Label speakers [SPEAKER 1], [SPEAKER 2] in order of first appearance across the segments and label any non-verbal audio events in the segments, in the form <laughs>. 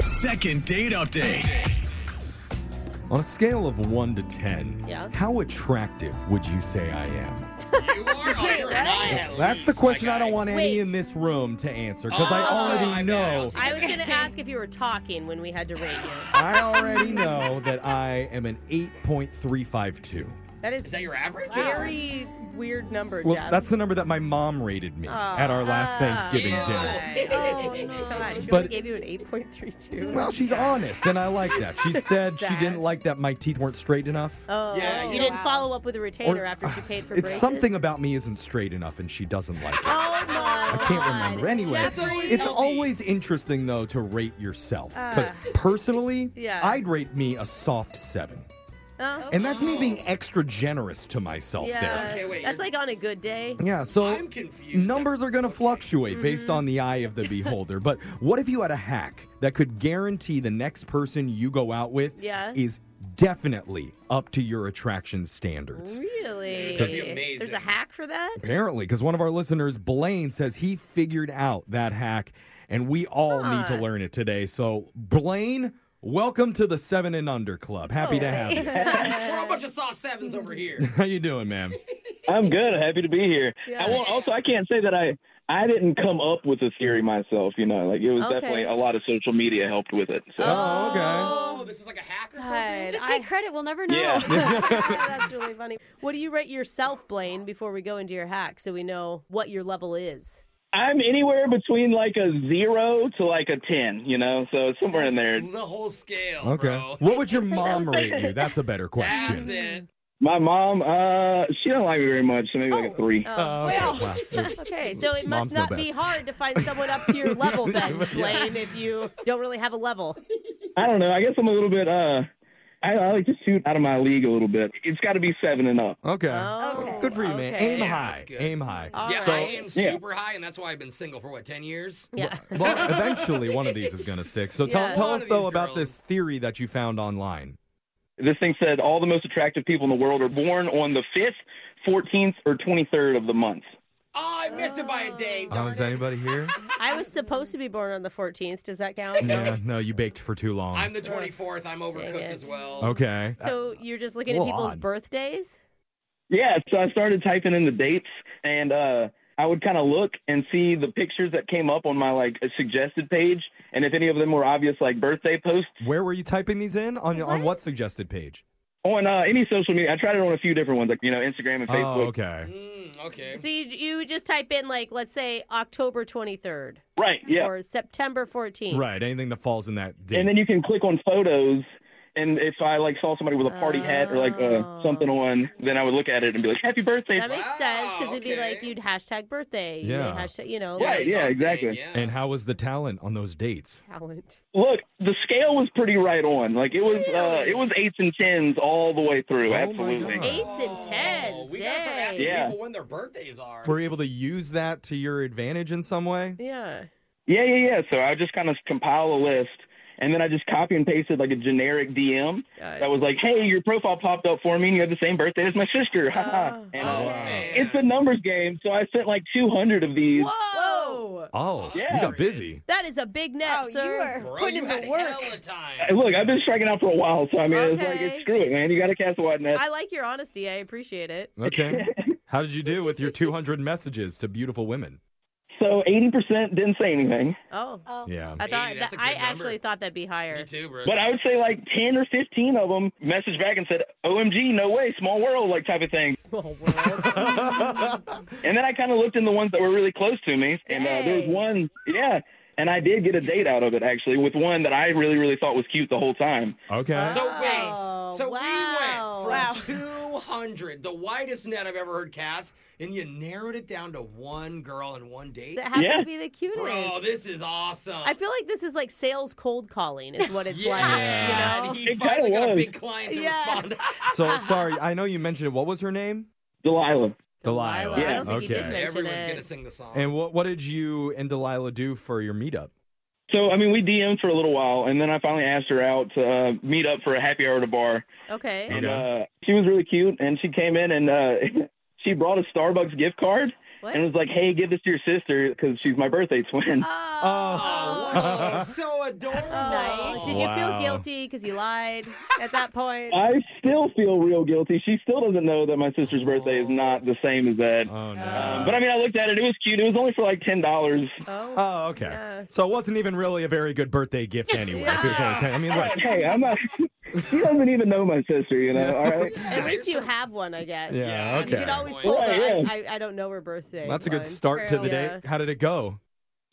[SPEAKER 1] Second date update.
[SPEAKER 2] On a scale of one to ten,
[SPEAKER 3] Yeah.
[SPEAKER 2] how attractive would you say I am?
[SPEAKER 4] You are hotter than I
[SPEAKER 3] Oh,
[SPEAKER 4] am.
[SPEAKER 2] That's the question I don't want any
[SPEAKER 3] Wait.
[SPEAKER 2] in this room to answer because I
[SPEAKER 4] Oh,
[SPEAKER 2] already
[SPEAKER 4] I
[SPEAKER 2] know.
[SPEAKER 4] bet.
[SPEAKER 3] I was going to ask if you were talking when we had to rate you.
[SPEAKER 2] <laughs> I already know that I am an 8.352.
[SPEAKER 3] <laughs> That is,
[SPEAKER 4] Is that your average?
[SPEAKER 3] very weird number,
[SPEAKER 2] Well,
[SPEAKER 3] Jeff.
[SPEAKER 2] that's the number that my mom rated me at our last
[SPEAKER 3] Ah,
[SPEAKER 2] Thanksgiving dinner.
[SPEAKER 3] Oh, no. Gosh, she
[SPEAKER 2] But-
[SPEAKER 3] only gave you an 8.32.
[SPEAKER 2] Well, she's honest, and I like that. She said she
[SPEAKER 3] <laughs> Sad.
[SPEAKER 2] didn't like that my teeth weren't straight enough.
[SPEAKER 3] oh,
[SPEAKER 4] Yeah,
[SPEAKER 3] you
[SPEAKER 4] you
[SPEAKER 3] didn't
[SPEAKER 4] know.
[SPEAKER 3] follow up with a retainer after she
[SPEAKER 2] uh,
[SPEAKER 3] paid for Oh,
[SPEAKER 2] it's
[SPEAKER 3] braces. <laughs>
[SPEAKER 2] something about me isn't straight enough, and she doesn't like it.
[SPEAKER 3] Oh, no.
[SPEAKER 2] I can't remember. Anyway, it's
[SPEAKER 4] healthy.
[SPEAKER 2] always interesting though to rate yourself because personally,
[SPEAKER 3] Uh, Yeah.
[SPEAKER 2] I'd rate me a soft seven,
[SPEAKER 3] Oh,
[SPEAKER 2] and that's me being extra generous to myself
[SPEAKER 3] yeah.
[SPEAKER 2] there.
[SPEAKER 4] Okay, wait,
[SPEAKER 3] that's
[SPEAKER 4] you're-
[SPEAKER 3] like on a good day.
[SPEAKER 2] Yeah, so
[SPEAKER 4] I'm confused.
[SPEAKER 2] numbers are going to fluctuate
[SPEAKER 3] Mm-hmm.
[SPEAKER 2] based on the eye of
[SPEAKER 3] <laughs>
[SPEAKER 2] the beholder. But what if you had a hack that could guarantee the next person you go out with
[SPEAKER 3] Yeah.
[SPEAKER 2] is definitely up to your attraction standards?
[SPEAKER 3] Really?
[SPEAKER 4] That'd be amazing.
[SPEAKER 3] There's a hack for that?
[SPEAKER 2] Apparently, because one of our listeners, Blaine, says he figured out that hack, and we all need to learn it today. So, Blaine, welcome to the Seven and Under Club. Happy
[SPEAKER 4] Oh,
[SPEAKER 2] to have you.
[SPEAKER 4] We're a bunch of soft sevens over here.
[SPEAKER 2] <laughs> How you doing,
[SPEAKER 4] <laughs>
[SPEAKER 2] man?
[SPEAKER 5] I'm good. Happy to be here.
[SPEAKER 3] Yeah.
[SPEAKER 5] I won't, also, I can't say that I I didn't come up with the theory myself. You know, like it was
[SPEAKER 3] Okay.
[SPEAKER 5] definitely a lot of social media helped with it. So.
[SPEAKER 2] Oh, okay.
[SPEAKER 4] Oh, this is like a hack or
[SPEAKER 3] God,
[SPEAKER 4] something?
[SPEAKER 6] Just
[SPEAKER 2] <laughs>
[SPEAKER 3] I- <laughs>
[SPEAKER 6] take credit. We'll never know.
[SPEAKER 5] Yeah.
[SPEAKER 3] That's really funny. What do you rate yourself, Blaine, before we go into your hack so we know what your level is?
[SPEAKER 5] I'm anywhere between like a zero to like a ten. You know, so it's somewhere in there.
[SPEAKER 4] That's The whole scale,
[SPEAKER 2] Okay.
[SPEAKER 4] Oh, bro.
[SPEAKER 2] What
[SPEAKER 4] <laughs>
[SPEAKER 2] would your
[SPEAKER 3] that was
[SPEAKER 2] mom
[SPEAKER 3] like-
[SPEAKER 2] rate you? That's a better
[SPEAKER 4] That's
[SPEAKER 2] question.
[SPEAKER 4] it.
[SPEAKER 5] My mom, uh, she don't like me very much, so maybe like
[SPEAKER 3] Oh.
[SPEAKER 5] a three.
[SPEAKER 2] Uh,
[SPEAKER 3] Oh,
[SPEAKER 2] well,
[SPEAKER 3] okay. So it
[SPEAKER 2] Mom's
[SPEAKER 3] must
[SPEAKER 2] the
[SPEAKER 3] not
[SPEAKER 2] best.
[SPEAKER 3] be hard to find someone up
[SPEAKER 2] <laughs>
[SPEAKER 3] to your level then, Blaine, if you don't really have a level.
[SPEAKER 5] I don't know. I guess I'm a little bit. Uh, I, I like to shoot out of my league a little bit. It's got to be seven and up.
[SPEAKER 2] Okay.
[SPEAKER 3] Oh,
[SPEAKER 2] Good for you, man.
[SPEAKER 3] okay.
[SPEAKER 2] Aim
[SPEAKER 4] Yeah,
[SPEAKER 2] high.
[SPEAKER 4] that's good.
[SPEAKER 2] Aim high.
[SPEAKER 3] All
[SPEAKER 4] yeah,
[SPEAKER 3] right.
[SPEAKER 4] I am
[SPEAKER 5] Yeah.
[SPEAKER 4] super high, and that's why I've been single for what ten years.
[SPEAKER 3] Yeah.
[SPEAKER 4] <laughs>
[SPEAKER 2] well, eventually one of these is going to stick. So tell,
[SPEAKER 3] Yeah.
[SPEAKER 2] tell
[SPEAKER 4] One
[SPEAKER 2] us,
[SPEAKER 4] of
[SPEAKER 2] though,
[SPEAKER 4] these
[SPEAKER 2] about
[SPEAKER 4] girls.
[SPEAKER 2] this theory that you found online.
[SPEAKER 5] This thing said all the most attractive people in the world are born on the fifth, fourteenth, or twenty-third of the month.
[SPEAKER 4] Oh, I missed it by a day.
[SPEAKER 2] Oh,
[SPEAKER 4] Darn
[SPEAKER 2] is
[SPEAKER 4] it.
[SPEAKER 2] anybody here?
[SPEAKER 4] <laughs>
[SPEAKER 3] I was supposed to be born on the 14th. Does that count?
[SPEAKER 2] yeah, no, you baked for too long.
[SPEAKER 4] I'm the 24th. I'm overcooked
[SPEAKER 3] it.
[SPEAKER 4] as well.
[SPEAKER 2] okay.
[SPEAKER 3] So you're just looking
[SPEAKER 2] It's
[SPEAKER 3] at
[SPEAKER 2] a little
[SPEAKER 3] people's
[SPEAKER 2] odd.
[SPEAKER 3] birthdays?
[SPEAKER 5] Yeah, so I started typing in the dates, and uh, I would kind of look and see the pictures that came up on my like suggested page, and if any of them were obvious, like birthday posts
[SPEAKER 2] Where were you typing these in? On on what suggested page?
[SPEAKER 5] on uh, any social media. I tried it on a few different ones, like you know Instagram and Facebook.
[SPEAKER 2] Oh, okay.
[SPEAKER 4] Mm, okay.
[SPEAKER 3] So you, you would just type in, like, let's say October 23rd
[SPEAKER 5] Right, yeah.
[SPEAKER 3] or September 14th.
[SPEAKER 2] Right. Anything that falls in that date.
[SPEAKER 5] and then you can click on photos, and if I like saw somebody with a party hat or like
[SPEAKER 3] Oh.
[SPEAKER 5] uh, something on, then I would look at it and be like, "Happy birthday!"
[SPEAKER 3] That makes sense because it'd be
[SPEAKER 4] okay.
[SPEAKER 3] like you'd hashtag birthday. You
[SPEAKER 2] Yeah.
[SPEAKER 3] may hashtag, you know,
[SPEAKER 5] Right,
[SPEAKER 3] like,
[SPEAKER 5] yeah,
[SPEAKER 4] Something,
[SPEAKER 5] exactly.
[SPEAKER 4] yeah.
[SPEAKER 2] and how was the talent on those dates?
[SPEAKER 3] talent.
[SPEAKER 5] Look, the scale was pretty right on. Like it was, uh, it was eights and tens all the way through.
[SPEAKER 2] Oh, my
[SPEAKER 5] absolutely.
[SPEAKER 2] God.
[SPEAKER 3] Eights and
[SPEAKER 4] Oh,
[SPEAKER 3] tens.
[SPEAKER 4] we gotta start asking
[SPEAKER 3] dang.
[SPEAKER 5] Yeah.
[SPEAKER 4] people when their birthdays are.
[SPEAKER 2] Were you able to use that to your advantage in some way?
[SPEAKER 3] Yeah.
[SPEAKER 5] Yeah, yeah, yeah. So I just kind of compile a list, and then I just copy and pasted like a generic DM
[SPEAKER 3] Got
[SPEAKER 5] that was like, "Hey, your profile popped up for me, and you have the same birthday as my sister." Ha ha.
[SPEAKER 3] Oh.
[SPEAKER 5] and
[SPEAKER 4] Oh,
[SPEAKER 5] uh,
[SPEAKER 4] man.
[SPEAKER 5] it's a numbers game, so I sent like 200 of these.
[SPEAKER 3] Whoa.
[SPEAKER 2] Oh, you
[SPEAKER 5] Yeah.
[SPEAKER 2] got busy.
[SPEAKER 3] That is a big net,
[SPEAKER 6] Wow, you
[SPEAKER 3] sir.
[SPEAKER 6] are-
[SPEAKER 4] Bro,
[SPEAKER 6] Putting
[SPEAKER 4] you
[SPEAKER 6] in
[SPEAKER 4] had
[SPEAKER 6] the work.
[SPEAKER 4] hella time.
[SPEAKER 5] Hey, Look, I've been striking out for a while, so I mean, it's like,
[SPEAKER 3] Okay.
[SPEAKER 5] it's, screw it, man. You got to cast a wide net.
[SPEAKER 3] I like your honesty. I appreciate it.
[SPEAKER 2] Okay. How did you do with your 200 messages to beautiful women?
[SPEAKER 5] <laughs> so 80% didn't say anything,
[SPEAKER 2] Um,
[SPEAKER 3] Oh.
[SPEAKER 6] Oh.
[SPEAKER 2] Yeah. <laughs>
[SPEAKER 3] I thought
[SPEAKER 4] Hey,
[SPEAKER 3] that,
[SPEAKER 4] that's a
[SPEAKER 3] I
[SPEAKER 4] good number.
[SPEAKER 3] actually thought that'd be higher.
[SPEAKER 4] Me too, bro.
[SPEAKER 5] but I would say like 10 or 15 of them messaged back and said, "OMG, no way, small world," like type of thing.
[SPEAKER 3] Small world.
[SPEAKER 5] And then I kind of looked in the ones that were really close to me, and uh, there was
[SPEAKER 3] Dang.
[SPEAKER 5] one, yeah. And I did get a date out of it actually, with one that I really, really thought was cute the whole time.
[SPEAKER 2] Okay.
[SPEAKER 4] so
[SPEAKER 3] Wow.
[SPEAKER 4] wait, so
[SPEAKER 3] Wow. Wow.
[SPEAKER 4] we went from 200, the widest net I've ever heard cast, and you narrowed it down to one girl and one date.
[SPEAKER 3] that happened
[SPEAKER 5] Yeah.
[SPEAKER 3] to be the cutest.
[SPEAKER 4] Bro, this is awesome.
[SPEAKER 3] I feel like this is like sales cold calling is
[SPEAKER 4] <laughs>
[SPEAKER 3] what it's
[SPEAKER 4] yeah,
[SPEAKER 3] like. You know?
[SPEAKER 4] and
[SPEAKER 5] It
[SPEAKER 4] he
[SPEAKER 5] kinda
[SPEAKER 4] finally got a
[SPEAKER 5] was.
[SPEAKER 4] big client to
[SPEAKER 3] Yeah.
[SPEAKER 4] respond.
[SPEAKER 2] So sorry, I know you mentioned it. What was her name?
[SPEAKER 5] Delilah.
[SPEAKER 2] Delilah.
[SPEAKER 3] I don't think
[SPEAKER 2] okay.
[SPEAKER 3] he did mention
[SPEAKER 4] <laughs> Everyone's
[SPEAKER 3] it.
[SPEAKER 4] gonna sing the song.
[SPEAKER 2] and what what did you and Delilah do for your meetup?
[SPEAKER 5] So I mean, we DM'd for a little while, and then I finally asked her out to uh, meet up for a happy hour at a bar.
[SPEAKER 3] Okay.
[SPEAKER 5] And
[SPEAKER 2] Okay.
[SPEAKER 5] <laughs> uh, she was really cute, and she came in and uh, she brought a Starbucks gift card.
[SPEAKER 3] What? Oh.
[SPEAKER 5] and was like, "Hey, give this to your sister because she's my birthday twin."
[SPEAKER 4] Oh, she's so <laughs> adorable.
[SPEAKER 3] Nice. Did you feel
[SPEAKER 2] Wow. Uh,
[SPEAKER 3] guilty because you lied at that
[SPEAKER 2] <laughs>
[SPEAKER 3] point?
[SPEAKER 5] I still feel real guilty. She still doesn't know that my sister's birthday is not the same as that.
[SPEAKER 2] Oh no.
[SPEAKER 5] Um, but I mean, I looked at it. It was cute. It was only for like ten dollars.
[SPEAKER 3] Oh,
[SPEAKER 2] Oh, okay.
[SPEAKER 3] Yeah.
[SPEAKER 2] So it wasn't even really a very good birthday gift anyway. if it was only 10. I mean, right.
[SPEAKER 5] Hey, I'm not. <laughs> She doesn't even know my sister. You know. All right.
[SPEAKER 3] at least you have one, I guess.
[SPEAKER 2] Yeah,
[SPEAKER 3] You
[SPEAKER 2] okay.
[SPEAKER 3] could always
[SPEAKER 4] Right,
[SPEAKER 3] pull the,
[SPEAKER 5] yeah.
[SPEAKER 3] I, I, I don't know her birthday.
[SPEAKER 2] That's a good
[SPEAKER 3] line.
[SPEAKER 2] start to the day. How did it go?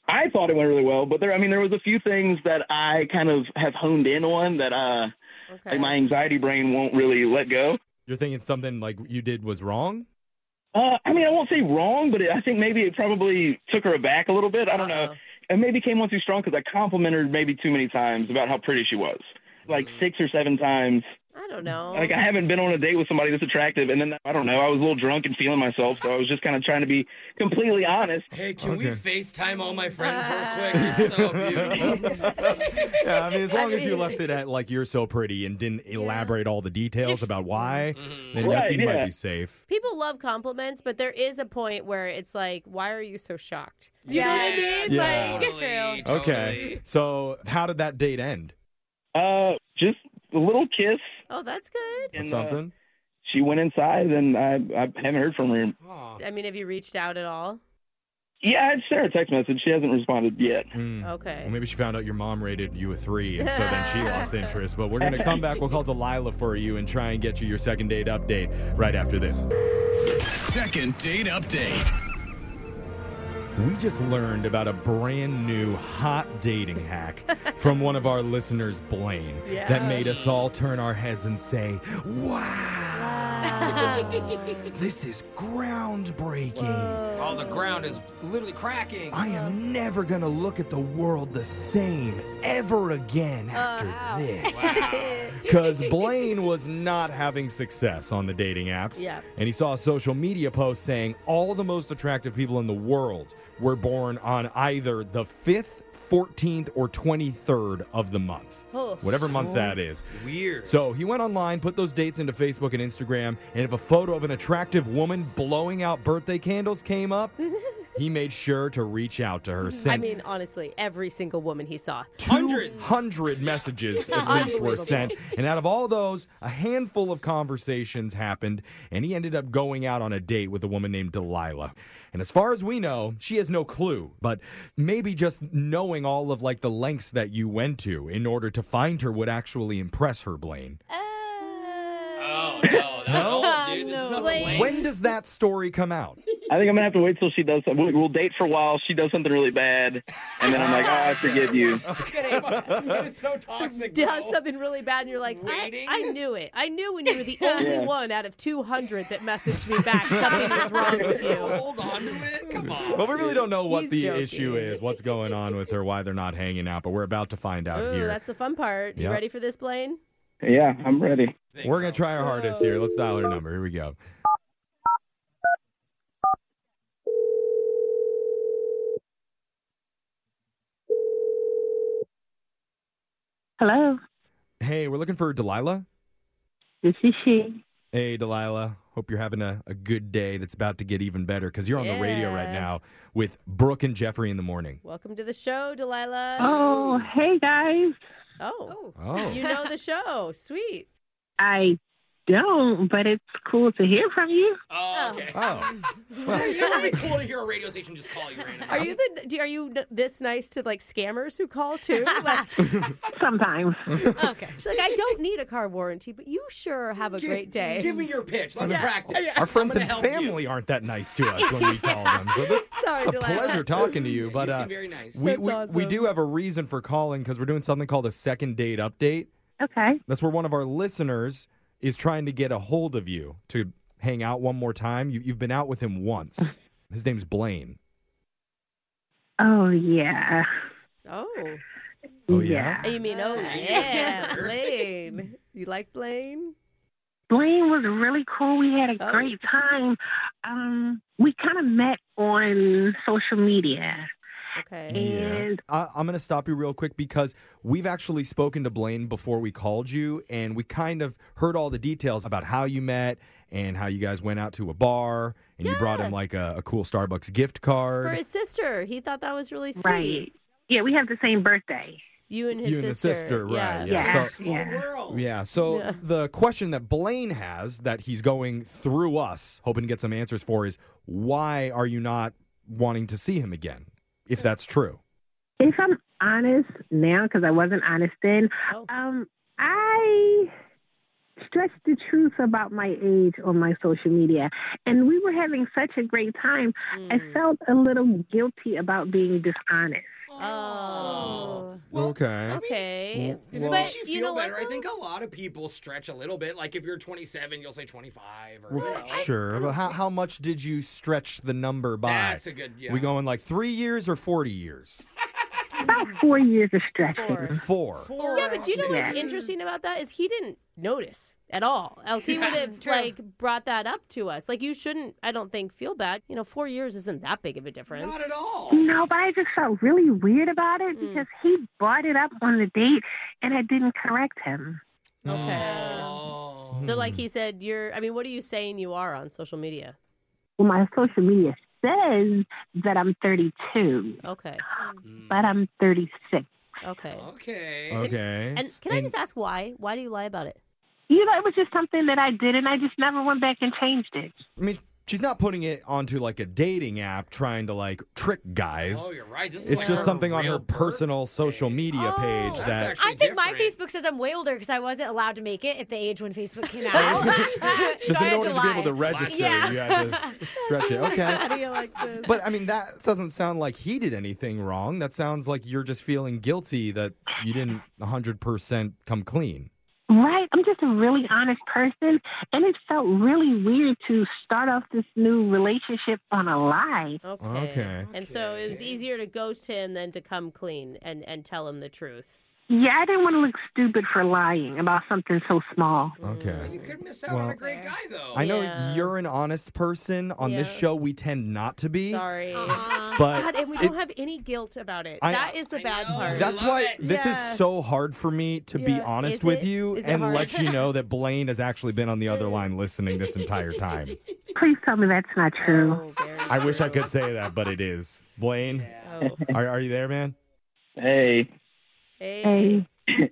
[SPEAKER 5] I thought it went really well, but there. I mean, there was a few things that I kind of have honed in on that uh,
[SPEAKER 3] Okay.
[SPEAKER 5] like my anxiety brain won't really let go.
[SPEAKER 2] You're thinking something like you did was wrong?
[SPEAKER 5] Uh, I mean, I won't say wrong, but it, I think maybe it probably took her aback a little bit. I don't know.
[SPEAKER 3] Uh-oh.
[SPEAKER 5] It maybe came on too strong because I complimented her maybe too many times about how pretty she was. Like
[SPEAKER 4] Mm.
[SPEAKER 5] six or seven times.
[SPEAKER 3] I don't know.
[SPEAKER 5] Like
[SPEAKER 3] <laughs>
[SPEAKER 5] I haven't been on a date with somebody this attractive, and then I don't know. I was a little drunk and feeling myself, so I was just kind of trying to be completely honest.
[SPEAKER 4] Hey, can we
[SPEAKER 2] Okay.
[SPEAKER 4] FaceTime all my friends
[SPEAKER 3] <laughs>
[SPEAKER 4] real quick?
[SPEAKER 2] <laughs>
[SPEAKER 4] It's so beautiful.
[SPEAKER 2] <laughs> Yeah, I mean, as long as you
[SPEAKER 3] mean- <laughs>
[SPEAKER 2] left it at like you're so pretty and didn't elaborate all the details about why,
[SPEAKER 4] Mm-hmm.
[SPEAKER 2] then
[SPEAKER 5] Right,
[SPEAKER 2] nothing might
[SPEAKER 5] yeah.
[SPEAKER 2] be safe.
[SPEAKER 3] People love compliments, but there is a point where it's like, why are you so shocked? Do you know what I
[SPEAKER 2] Yeah.
[SPEAKER 3] mean? Like,
[SPEAKER 4] Totally, totally.
[SPEAKER 2] Okay. So, how did that date end?
[SPEAKER 5] Uh, just a little kiss.
[SPEAKER 3] oh, that's good.
[SPEAKER 5] And,
[SPEAKER 2] With
[SPEAKER 5] uh,
[SPEAKER 2] something?
[SPEAKER 5] she went inside, and I I haven't heard from her.
[SPEAKER 4] Aw.
[SPEAKER 3] I mean, have you reached out at all?
[SPEAKER 5] Yeah, I sent her a text message. She hasn't responded yet.
[SPEAKER 2] Mm.
[SPEAKER 3] Okay.
[SPEAKER 2] Well, maybe she found out your mom rated you a three, and so then she lost interest. But we're going to come back. We'll call Delilah for you and try and get you your second date update right after this.
[SPEAKER 1] Second date update.
[SPEAKER 2] We just learned about a brand new hot dating hack from one of our listeners, Blaine,
[SPEAKER 3] Yeah.
[SPEAKER 2] that made us all turn our heads and say,
[SPEAKER 3] <laughs>
[SPEAKER 2] Wow, this is groundbreaking.
[SPEAKER 4] All Oh, the ground is literally cracking.
[SPEAKER 2] I am never going to look at the world the same ever again
[SPEAKER 3] Oh,
[SPEAKER 2] after
[SPEAKER 3] <laughs>
[SPEAKER 2] this. Because Blaine was not having success on the dating apps.
[SPEAKER 3] Yeah.
[SPEAKER 2] And he saw a social media post saying all the most attractive people in the world were born on either the 5th, 14th, or 23rd of the month.
[SPEAKER 3] Oh.
[SPEAKER 2] Whatever month that is.
[SPEAKER 4] Weird.
[SPEAKER 2] So he went online, put those dates into Facebook and Instagram, and if a photo of an attractive woman blowing out birthday candles came
[SPEAKER 3] <laughs>
[SPEAKER 2] up, he made sure to reach out to her.
[SPEAKER 3] I
[SPEAKER 2] Sent
[SPEAKER 3] mean, honestly, every single woman he saw.
[SPEAKER 4] Hundreds.
[SPEAKER 2] 200
[SPEAKER 3] <laughs>
[SPEAKER 2] messages at least were
[SPEAKER 3] Unbelievable.
[SPEAKER 2] sent. And out of all those, a handful of conversations happened, and he ended up going out on a date with a woman named Delilah. And as far as we know, she has no clue, but maybe just knowing all of like the lengths that you went to in order to find her would actually impress her, Blaine.
[SPEAKER 6] eh.
[SPEAKER 4] Oh, no. That's
[SPEAKER 2] No?
[SPEAKER 4] old, dude. This is not the
[SPEAKER 3] Blaine.
[SPEAKER 4] way.
[SPEAKER 2] When does that story come
[SPEAKER 3] <laughs>
[SPEAKER 2] out?
[SPEAKER 5] I think I'm gonna have to wait till she does something. We'll, we'll date for a while. She does something really bad, and then I'm like, oh, I forgive you.
[SPEAKER 2] <laughs>
[SPEAKER 4] That is so toxic.
[SPEAKER 3] Does
[SPEAKER 4] bro.
[SPEAKER 3] something really bad, and you're like, I,
[SPEAKER 4] Waiting?
[SPEAKER 3] I knew it. I knew when you were
[SPEAKER 4] <laughs>
[SPEAKER 3] the only
[SPEAKER 5] Yeah.
[SPEAKER 3] one out of 200 that messaged me back. Something was wrong with you.
[SPEAKER 4] Hold on to it. Come on.
[SPEAKER 2] Well, we really don't know what
[SPEAKER 3] He's
[SPEAKER 2] the
[SPEAKER 3] joking.
[SPEAKER 2] issue is, what's going on with her, why they're not hanging out, but we're about to find <laughs> out
[SPEAKER 3] Ooh,
[SPEAKER 2] here.
[SPEAKER 3] Oh, that's the fun part. You
[SPEAKER 2] Yep.
[SPEAKER 3] ready for this, Blaine?
[SPEAKER 5] Yeah, I'm ready.
[SPEAKER 4] Think
[SPEAKER 2] We're gonna
[SPEAKER 4] so.
[SPEAKER 2] try our hardest here. Let's dial her number. Here we go.
[SPEAKER 6] Hello,
[SPEAKER 2] Hey, we're looking for Delilah.
[SPEAKER 6] this is she.
[SPEAKER 2] Hey, Delilah. Hope you're having a, a good day that's about to get even better because you're on the radio right
[SPEAKER 3] Yeah.
[SPEAKER 2] now with Brooke and Jeffrey in the morning.
[SPEAKER 3] Welcome to the show, Delilah.
[SPEAKER 6] Oh, hey guys.
[SPEAKER 3] Oh.
[SPEAKER 2] Oh,
[SPEAKER 3] You know the show. Sweet.
[SPEAKER 6] I don't, but it's cool to hear from you.
[SPEAKER 4] Oh,
[SPEAKER 2] <laughs>
[SPEAKER 4] okay.
[SPEAKER 3] <laughs>
[SPEAKER 2] oh,
[SPEAKER 4] It's really cool to hear a radio station just call you randomly.
[SPEAKER 3] Are you the? do- Are you n- this nice to like scammers who
[SPEAKER 2] <laughs>
[SPEAKER 3] call too? Like,
[SPEAKER 6] Sometimes.
[SPEAKER 3] okay. She's like, I don't need a car warranty, but you sure have a
[SPEAKER 4] Give-
[SPEAKER 3] great day.
[SPEAKER 4] Give me your pitch. Let's practice.
[SPEAKER 2] our friends
[SPEAKER 4] I'm gonna
[SPEAKER 2] and
[SPEAKER 4] help
[SPEAKER 2] family aren't that nice to us when we call them. So <laughs> this,
[SPEAKER 3] <laughs> Sorry,
[SPEAKER 2] it's a
[SPEAKER 3] Delilah.
[SPEAKER 2] pleasure talking to you. But
[SPEAKER 4] you
[SPEAKER 2] uh,
[SPEAKER 4] seem very nice.
[SPEAKER 2] we,
[SPEAKER 3] That's
[SPEAKER 2] we, we
[SPEAKER 3] awesome.
[SPEAKER 2] do have a reason for calling because we're doing something called a second date update.
[SPEAKER 6] Okay.
[SPEAKER 2] That's where one of our listeners is trying to get a hold of you to hang out one more time. You, you've been out with him
[SPEAKER 3] <laughs>
[SPEAKER 2] once. His name's Blaine.
[SPEAKER 6] Oh yeah.
[SPEAKER 3] Oh.
[SPEAKER 2] Oh, yeah?
[SPEAKER 3] Oh, you mean oh yeah, Blaine? You like Blaine?
[SPEAKER 6] Blaine was really cool. We had a
[SPEAKER 3] Oh.
[SPEAKER 6] great time. Um, we kind of met on social media,
[SPEAKER 3] Okay.
[SPEAKER 6] And
[SPEAKER 2] I, I'm going to stop you real quick because we've actually spoken to Blaine before we called you, and we kind of heard all the details about how you met and how you guys went out to a bar and you brought him like a, a cool Starbucks gift card.
[SPEAKER 3] For his sister, he thought that was really sweet.
[SPEAKER 6] right. Yeah, we have the same birthday.
[SPEAKER 3] You and his
[SPEAKER 2] You and his
[SPEAKER 3] sister.
[SPEAKER 2] sister, right,
[SPEAKER 3] Yeah.
[SPEAKER 2] yeah.
[SPEAKER 6] Yeah.
[SPEAKER 2] so-
[SPEAKER 4] Small
[SPEAKER 6] yeah.
[SPEAKER 4] world.
[SPEAKER 2] yeah, so
[SPEAKER 3] Yeah.
[SPEAKER 2] the question that Blaine has that he's going through us, hoping to get some answers for, is why are you not wanting to see him again, if that's true?
[SPEAKER 6] If I'm honest now, because I wasn't honest then,
[SPEAKER 3] Oh.
[SPEAKER 6] um, I stretched the truth about my age on my social media, and we were having such a great time.
[SPEAKER 3] Mm.
[SPEAKER 6] I felt a little guilty about being dishonest.
[SPEAKER 3] Oh.
[SPEAKER 2] okay.
[SPEAKER 3] Okay.
[SPEAKER 2] Well,
[SPEAKER 4] If it
[SPEAKER 2] Well-
[SPEAKER 4] makes you
[SPEAKER 3] you know
[SPEAKER 4] feel
[SPEAKER 3] what,
[SPEAKER 4] better, I
[SPEAKER 3] though?
[SPEAKER 4] think a lot of people stretch a little bit. Like if you're 27, you'll say 25 or you know.
[SPEAKER 2] Sure, but how, how much did you stretch the number by?
[SPEAKER 4] That's a good. Yeah.
[SPEAKER 2] We going like three years or 40 years?
[SPEAKER 6] About four years of stretching.
[SPEAKER 3] Four.
[SPEAKER 2] Four.
[SPEAKER 3] Yeah, but do you know
[SPEAKER 6] Yeah.
[SPEAKER 3] what's interesting about that is he didn't notice at all. Else he would have
[SPEAKER 7] true.
[SPEAKER 3] like brought that up to us. Like you shouldn't, I don't think, feel bad. You know, four years isn't that big of a difference.
[SPEAKER 4] Not
[SPEAKER 2] <laughs>
[SPEAKER 4] at all.
[SPEAKER 6] No, but I just felt really weird about it because he brought it up on the date and I didn't correct him.
[SPEAKER 3] Okay.
[SPEAKER 4] Oh.
[SPEAKER 3] So like he said, you're. I mean, what are you saying you are on social media?
[SPEAKER 6] Well, my social media says that I'm 32,
[SPEAKER 3] Okay.
[SPEAKER 6] but I'm 36.
[SPEAKER 3] Okay.
[SPEAKER 4] Okay.
[SPEAKER 2] Okay.
[SPEAKER 3] And can I just ask why? Why do you lie about it?
[SPEAKER 6] You know, it was just something that I did and I just never went back and changed it.
[SPEAKER 2] I mean, she's not putting it onto like a dating app trying to like trick guys.
[SPEAKER 4] Oh, you're right. This is
[SPEAKER 2] It's
[SPEAKER 4] like
[SPEAKER 2] just
[SPEAKER 4] her
[SPEAKER 2] something on
[SPEAKER 4] real
[SPEAKER 2] her
[SPEAKER 4] birthday.
[SPEAKER 2] personal social media
[SPEAKER 7] Oh.
[SPEAKER 2] page
[SPEAKER 4] That's
[SPEAKER 2] that.
[SPEAKER 4] actually
[SPEAKER 7] I think my
[SPEAKER 4] different.
[SPEAKER 7] Facebook says I'm way older because I wasn't allowed to make it at the age when Facebook came out. So
[SPEAKER 2] Just
[SPEAKER 7] I
[SPEAKER 2] in
[SPEAKER 7] had
[SPEAKER 2] order to, be able to
[SPEAKER 7] lie.
[SPEAKER 2] register,
[SPEAKER 7] Yeah.
[SPEAKER 2] you had
[SPEAKER 3] <laughs>
[SPEAKER 2] to stretch it. Okay. But I mean, that doesn't sound like he did anything wrong. That sounds like you're just feeling guilty that you didn't 100% come clean.
[SPEAKER 6] Right? I'm just a really honest person and it felt really weird to start off this new relationship on a lie.
[SPEAKER 3] Okay.
[SPEAKER 2] Okay.
[SPEAKER 3] And so it was easier to ghost him than to come clean and and tell him the truth.
[SPEAKER 6] Yeah, I didn't want to look stupid for lying about something so small.
[SPEAKER 2] Okay.
[SPEAKER 4] You could miss out on
[SPEAKER 2] Well-
[SPEAKER 4] a great guy though.
[SPEAKER 2] I know
[SPEAKER 3] Mm. Yeah.
[SPEAKER 2] you're an honest person. On this
[SPEAKER 3] Yeah.
[SPEAKER 2] show, we tend not to be.
[SPEAKER 3] Sorry.
[SPEAKER 2] But
[SPEAKER 3] God, and we don't have any guilt about it.
[SPEAKER 2] Uh-huh. I-
[SPEAKER 3] that is the
[SPEAKER 4] I
[SPEAKER 3] bad
[SPEAKER 4] know.
[SPEAKER 3] part.
[SPEAKER 2] That's
[SPEAKER 4] love
[SPEAKER 2] why
[SPEAKER 4] it.
[SPEAKER 2] this
[SPEAKER 3] Yeah.
[SPEAKER 2] is so hard for me to be
[SPEAKER 3] Yeah.
[SPEAKER 2] honest
[SPEAKER 3] Is
[SPEAKER 2] with
[SPEAKER 3] it?
[SPEAKER 2] you
[SPEAKER 3] Is it
[SPEAKER 2] and
[SPEAKER 3] hard?
[SPEAKER 2] let you know that Blaine has actually been on the
[SPEAKER 3] <laughs>
[SPEAKER 2] other line listening this entire time.
[SPEAKER 6] Please tell me that's not true.
[SPEAKER 3] Oh, very
[SPEAKER 2] I wish I could say that, but it is. Blaine,
[SPEAKER 3] Oh.
[SPEAKER 2] are, are you there, man?
[SPEAKER 5] Hey,
[SPEAKER 3] Hey.
[SPEAKER 6] Hey,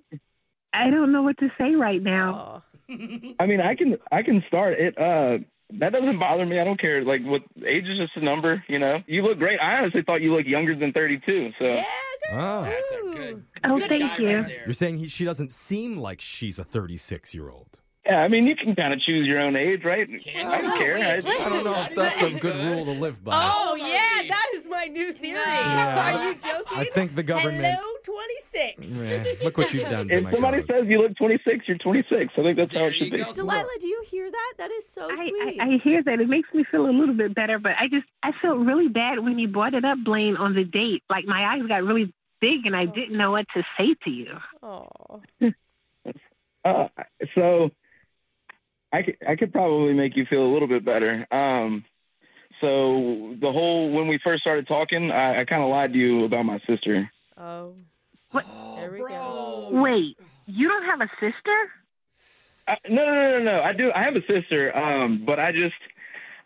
[SPEAKER 6] I don't know what to say right now.
[SPEAKER 3] Oh.
[SPEAKER 5] I mean, I can I can start it. Uh, that doesn't bother me. I don't care. Like, what age is just a number, you know? You look great. I honestly thought you looked younger than 32. So
[SPEAKER 3] Yeah.
[SPEAKER 2] Oh.
[SPEAKER 4] That's a good.
[SPEAKER 6] Oh,
[SPEAKER 4] good guy
[SPEAKER 6] thank you.
[SPEAKER 4] Right there.
[SPEAKER 2] You're saying he, she doesn't seem like she's a 36 year old.
[SPEAKER 5] yeah, I mean, you can kind of choose your own age, right?
[SPEAKER 4] Can
[SPEAKER 5] I don't
[SPEAKER 4] you?
[SPEAKER 5] care. I,
[SPEAKER 2] I don't know if that's a good rule to live by.
[SPEAKER 3] Oh,
[SPEAKER 4] Sorry.
[SPEAKER 3] yeah, that is my new theory.
[SPEAKER 2] Yeah.
[SPEAKER 3] Are you joking?
[SPEAKER 2] I think the government.
[SPEAKER 3] Hello, 26.
[SPEAKER 2] Yeah, look what you've done to
[SPEAKER 5] if
[SPEAKER 2] my
[SPEAKER 5] somebody
[SPEAKER 2] college.
[SPEAKER 5] says you look 26, you're 26. I think that's how
[SPEAKER 4] There
[SPEAKER 5] it should
[SPEAKER 4] you
[SPEAKER 5] be.
[SPEAKER 4] go.
[SPEAKER 3] Delilah, do you hear that? That is Oh, so
[SPEAKER 6] I,
[SPEAKER 3] sweet.
[SPEAKER 6] I, I hear that. It makes me feel a little bit better, but I just I felt really bad when you brought it up, Blaine, on the date. Like my eyes got really big, and I didn't know what to say to you.
[SPEAKER 3] oh.
[SPEAKER 5] Uh, so I could, I could probably make you feel a little bit better. Um, so the whole when we first started talking, I, I kind of lied to you about my sister.
[SPEAKER 3] Oh.
[SPEAKER 4] Oh,
[SPEAKER 3] There we
[SPEAKER 4] bro.
[SPEAKER 3] Oh.
[SPEAKER 6] Wait, you don't have a sister?
[SPEAKER 5] I, no, no, no, no, no. I do. I have a sister, um, but I just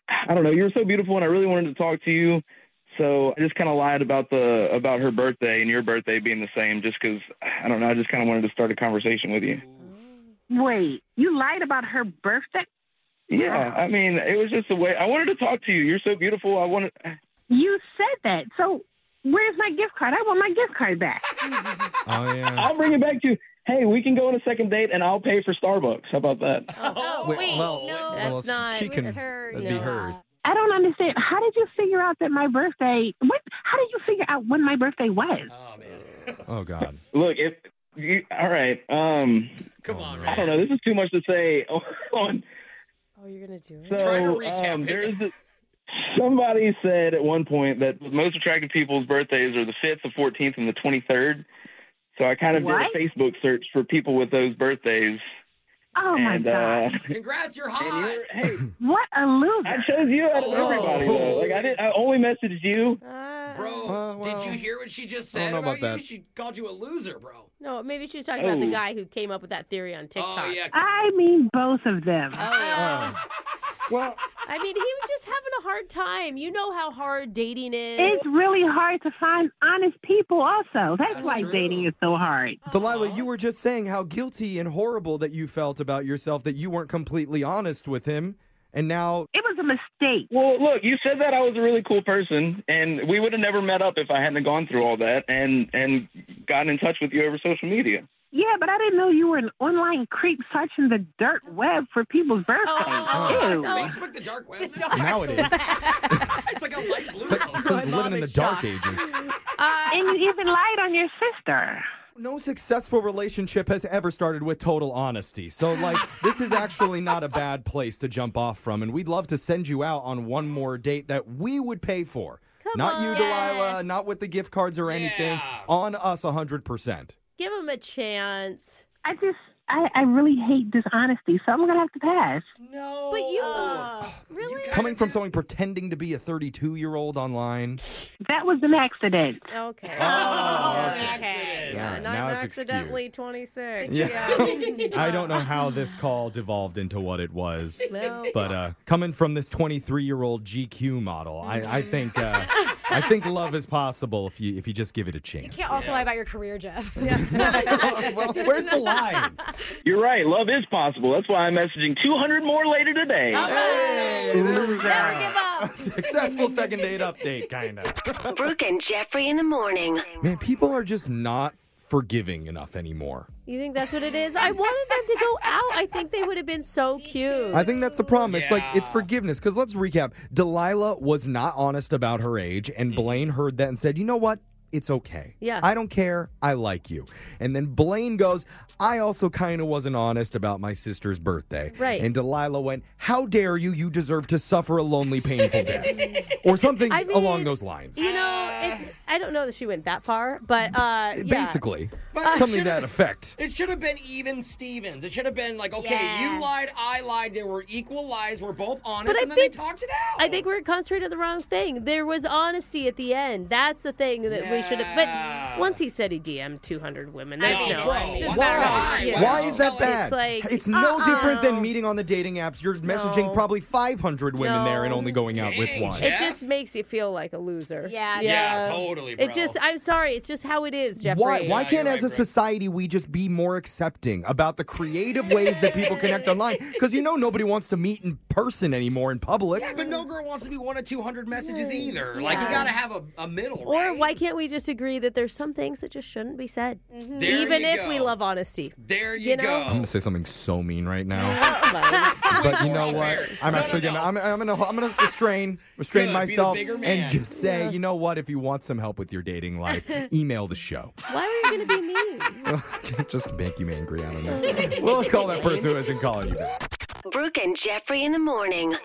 [SPEAKER 5] I don't know. You're so beautiful, and I really wanted to talk to you. So I just kind of lied about the about her birthday and your birthday being the same, just because I don't know. I just kind of wanted to start a conversation with you.
[SPEAKER 6] Wait, you lied about her birthday.
[SPEAKER 5] Yeah, I mean, it was just the way I wanted to talk to you. You're so beautiful. I wanted.
[SPEAKER 6] You said that. So where's my gift card? I want my gift card back.
[SPEAKER 2] Oh, yeah.
[SPEAKER 5] I'll bring it back to you. Hey, we can go on a second date, and I'll pay for Starbucks. How about that?
[SPEAKER 7] Oh,
[SPEAKER 2] Wait,
[SPEAKER 7] wait,
[SPEAKER 2] well,
[SPEAKER 7] no.
[SPEAKER 3] That's
[SPEAKER 2] well,
[SPEAKER 3] not-
[SPEAKER 2] She
[SPEAKER 7] with
[SPEAKER 2] can.
[SPEAKER 7] her,
[SPEAKER 2] that'd be
[SPEAKER 7] yeah.
[SPEAKER 2] hers.
[SPEAKER 6] I don't understand. How did you figure out that my birthday? What? How did you figure out when my birthday was?
[SPEAKER 4] Oh man.
[SPEAKER 2] Oh, God.
[SPEAKER 5] Look, if you, all right, um,
[SPEAKER 4] <laughs> Come on,
[SPEAKER 5] I
[SPEAKER 4] man.
[SPEAKER 5] don't know. This is too much to say. <laughs> On
[SPEAKER 3] Oh, you're going to do it?
[SPEAKER 5] so
[SPEAKER 4] Try to recap
[SPEAKER 5] um,
[SPEAKER 4] it.
[SPEAKER 5] there's this, somebody said at one point that the most attractive people's birthdays are the fifth, the fourteenth, and the twenty third. So I kind of
[SPEAKER 6] What?
[SPEAKER 5] did a Facebook search for people with those birthdays.
[SPEAKER 6] Oh my
[SPEAKER 5] and,
[SPEAKER 6] god!
[SPEAKER 5] Uh,
[SPEAKER 4] Congrats, you're
[SPEAKER 5] <laughs> and
[SPEAKER 4] hot.
[SPEAKER 5] you're, hey,
[SPEAKER 6] What a
[SPEAKER 5] I
[SPEAKER 6] loser!
[SPEAKER 4] <laughs>
[SPEAKER 5] chose you out of
[SPEAKER 4] Oh.
[SPEAKER 5] everybody. Though. Like I did, I only messaged you.
[SPEAKER 3] Uh,
[SPEAKER 4] bro,
[SPEAKER 2] Uh, well,
[SPEAKER 4] did you hear what she just
[SPEAKER 2] I
[SPEAKER 4] said
[SPEAKER 2] don't know about
[SPEAKER 4] you?
[SPEAKER 2] that.
[SPEAKER 4] She called you a loser, bro.
[SPEAKER 3] No, maybe she's talking about the
[SPEAKER 5] Oh.
[SPEAKER 3] guy who came up with that theory on TikTok.
[SPEAKER 4] Oh yeah,
[SPEAKER 6] I mean, both of them.
[SPEAKER 2] Uh, well,
[SPEAKER 3] I mean, he was just having a hard time. You know how hard dating is.
[SPEAKER 6] It's really hard to find honest people, also. That's,
[SPEAKER 4] That's
[SPEAKER 6] why
[SPEAKER 4] true.
[SPEAKER 6] dating is so hard.
[SPEAKER 2] Delilah, you were just saying how guilty and horrible that you felt about yourself that you weren't completely honest with him. And now,
[SPEAKER 6] It was a mistake.
[SPEAKER 5] Well, look, you said that I was a really cool person, and we would have never met up if I hadn't gone through all that and and gotten in touch with you over social media.
[SPEAKER 6] Yeah, but I didn't know you were an online creep searching the dirt web for people's birthdays.
[SPEAKER 3] oh, oh,
[SPEAKER 6] Ew.
[SPEAKER 3] oh.
[SPEAKER 4] Facebook, the dark web. now?
[SPEAKER 2] now it is.
[SPEAKER 4] <laughs> It's like a light blue. though.
[SPEAKER 2] It's like
[SPEAKER 3] mom
[SPEAKER 2] living in the
[SPEAKER 3] is
[SPEAKER 2] dark
[SPEAKER 3] shocked.
[SPEAKER 2] ages.
[SPEAKER 6] And you even lied on your sister.
[SPEAKER 2] No successful relationship has ever started with total honesty. So, like, this is actually not a bad place to jump off from. And we'd love to send you out on one more date that we would pay for. not you,
[SPEAKER 3] on.
[SPEAKER 2] Delilah, not with the gift cards or anything.
[SPEAKER 4] Yeah.
[SPEAKER 2] On us 100%.
[SPEAKER 3] Give him a chance.
[SPEAKER 6] I just, I, I really hate dishonesty, so I'm going to have to pass.
[SPEAKER 4] No.
[SPEAKER 3] But you uh, Oh, really?
[SPEAKER 2] Coming from someone pretending to be a 32 year old online.
[SPEAKER 6] That was an accident.
[SPEAKER 3] Okay.
[SPEAKER 4] accident.
[SPEAKER 2] Yeah,
[SPEAKER 3] And
[SPEAKER 2] now
[SPEAKER 3] I'm
[SPEAKER 2] it's
[SPEAKER 3] accidentally 26.
[SPEAKER 2] I don't know how this call devolved into what it
[SPEAKER 7] <laughs>
[SPEAKER 2] was.
[SPEAKER 3] Well,
[SPEAKER 2] But uh, coming from this 23 year old GQ model, I, I
[SPEAKER 7] Mm-hmm.
[SPEAKER 2] think uh, I think love is possible if you if you just give it a chance.
[SPEAKER 7] Can't also lie about your career, Jeff.
[SPEAKER 2] <laughs> well, where's the line?
[SPEAKER 5] You're right. Love is possible. That's why I'm messaging 200 more later today.
[SPEAKER 2] Hey, there we
[SPEAKER 7] Never
[SPEAKER 2] go.
[SPEAKER 7] give
[SPEAKER 2] <laughs>
[SPEAKER 7] up.
[SPEAKER 2] Successful second date update, kind of.
[SPEAKER 8] Brooke and Jeffrey in the morning.
[SPEAKER 2] Man, people are just not forgiving enough anymore.
[SPEAKER 3] you think that's what it is? I wanted them to go out. I think they would have been so cute.
[SPEAKER 2] I think that's the problem. It's like it's
[SPEAKER 4] Yeah.
[SPEAKER 2] forgiveness. Because let's recap. Delilah was not honest about her age, and Blaine heard that and said, "You know what? It's okay.
[SPEAKER 3] Yeah.
[SPEAKER 2] I don't care. I like you." And then Blaine goes, "I also kind of wasn't honest about my sister's birthday."
[SPEAKER 3] Right.
[SPEAKER 2] And Delilah went, "How dare you? You deserve to suffer a lonely, painful death," or something
[SPEAKER 3] <laughs> I mean,
[SPEAKER 2] along those lines.
[SPEAKER 3] you know, it, I don't know that she went that far, but uh, yeah.
[SPEAKER 2] Basically,
[SPEAKER 4] But it
[SPEAKER 2] something to
[SPEAKER 3] <laughs>
[SPEAKER 4] should've-
[SPEAKER 2] that effect.
[SPEAKER 4] It should have been even Stevens. It should have been like, okay,
[SPEAKER 7] Yeah.
[SPEAKER 4] you lied, I lied. There were equal lies. We're both honest,
[SPEAKER 3] But I
[SPEAKER 4] and then
[SPEAKER 3] think-
[SPEAKER 4] they talked it out.
[SPEAKER 3] I think we're concentrating on the wrong thing. There was honesty at the end. That's the thing that we should have.
[SPEAKER 4] Yeah.
[SPEAKER 3] But once he said he DM'd 200 women, there's
[SPEAKER 4] mean,
[SPEAKER 3] no.
[SPEAKER 4] whoa,
[SPEAKER 3] I mean,
[SPEAKER 7] doesn't
[SPEAKER 2] Why?
[SPEAKER 7] matter.
[SPEAKER 4] Yeah.
[SPEAKER 2] Why is that
[SPEAKER 4] It's
[SPEAKER 2] bad? It's,
[SPEAKER 3] like,
[SPEAKER 2] no different than
[SPEAKER 3] uh-uh.
[SPEAKER 2] meeting on the dating apps. You're messaging
[SPEAKER 3] No.
[SPEAKER 2] probably 500 women
[SPEAKER 3] No.
[SPEAKER 2] there and only going out with
[SPEAKER 4] Dang,
[SPEAKER 2] one.
[SPEAKER 4] Jeff.
[SPEAKER 3] It just makes you feel like a loser.
[SPEAKER 7] Yeah,
[SPEAKER 4] Yeah, totally, bro.
[SPEAKER 3] It just, I'm sorry, it's just how it is, Jeffrey.
[SPEAKER 2] Why, why
[SPEAKER 4] Yeah,
[SPEAKER 2] can't,
[SPEAKER 4] you're
[SPEAKER 2] as
[SPEAKER 4] right,
[SPEAKER 2] a
[SPEAKER 4] Brooke.
[SPEAKER 2] society, we just be more accepting about the creative ways that people
[SPEAKER 4] <laughs>
[SPEAKER 2] connect online? Because you know nobody wants to meet in person anymore in public.
[SPEAKER 4] Yeah, but no girl wants to be one of 200 messages either. Like, you gotta have a, a middle,
[SPEAKER 3] Mm, Or
[SPEAKER 4] right?
[SPEAKER 3] why can't we just agree that there's some things that just shouldn't be said,
[SPEAKER 4] There
[SPEAKER 3] even
[SPEAKER 4] you
[SPEAKER 3] if
[SPEAKER 4] go.
[SPEAKER 3] we love honesty?
[SPEAKER 4] There you,
[SPEAKER 3] you know?
[SPEAKER 2] I'm
[SPEAKER 4] go.
[SPEAKER 2] gonna say something so mean right
[SPEAKER 4] <laughs>
[SPEAKER 2] now,
[SPEAKER 3] That's fine.
[SPEAKER 2] but you know what? I'm
[SPEAKER 4] No,
[SPEAKER 2] actually
[SPEAKER 4] no, no.
[SPEAKER 2] gonna I'm, I'm gonna I'm gonna restrain restrain
[SPEAKER 4] Good, be the
[SPEAKER 2] myself
[SPEAKER 4] bigger
[SPEAKER 2] and
[SPEAKER 4] man.
[SPEAKER 2] just say, you know what? If you want some help with your dating life,
[SPEAKER 4] <laughs>
[SPEAKER 2] email the show.
[SPEAKER 3] why were you going to be mean?
[SPEAKER 2] <laughs> Just to make you angry. I don't know. we'll call that person who isn't calling you back.
[SPEAKER 8] Brooke and Jeffrey in the morning.